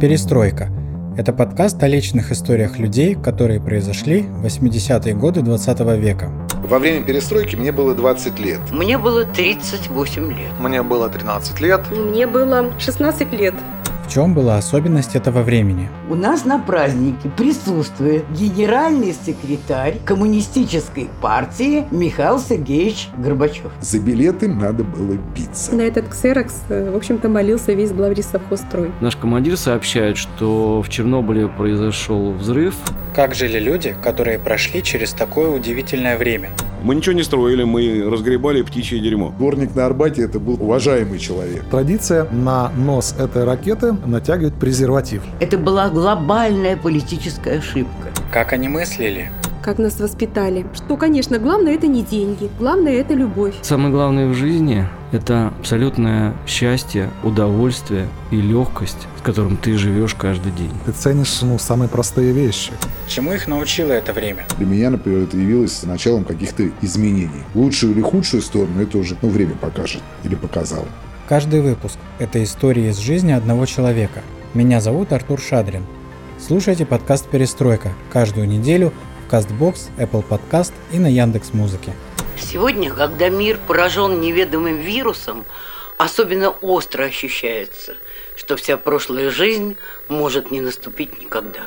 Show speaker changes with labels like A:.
A: «Перестройка». Это подкаст о личных историях людей, которые произошли в 80-е годы 20 века.
B: Во время перестройки мне было 20 лет.
C: Мне было 38 лет.
D: Мне было 13 лет.
E: Мне было 16 лет.
A: В чем была особенность этого времени?
F: У нас на празднике присутствует генеральный секретарь коммунистической партии Михаил Сергеевич Горбачев.
B: За билеты надо было биться.
E: На этот ксерокс, э, в общем-то, молился весь главрис совхозстрой.
G: Наш командир сообщает, что в Чернобыле произошел взрыв.
A: Как жили люди, которые прошли через такое удивительное время?
H: Мы ничего не строили, мы разгребали птичье дерьмо.
B: Дворник на Арбате – это был уважаемый человек.
I: Традиция на нос этой ракеты натягивать презерватив.
F: Это была глобальная политическая ошибка.
A: Как они мыслили?
E: как нас воспитали. Что, конечно, главное это не деньги, главное это любовь.
G: Самое главное в жизни – это абсолютное счастье, удовольствие и легкость, с которым ты живешь каждый день.
I: Ты ценишь ну, самые простые вещи.
A: Чему их научило это время?
B: Для меня, например, это явилось началом каких-то изменений. Лучшую или худшую сторону это уже ну, время покажет или показало.
A: Каждый выпуск – это история из жизни одного человека. Меня зовут Артур Шадрин. Слушайте подкаст «Перестройка» каждую неделю Castbox, Apple Podcast и на Яндекс Музыке.
C: Сегодня, когда мир поражен неведомым вирусом, особенно остро ощущается, что вся прошлая жизнь может не наступить никогда.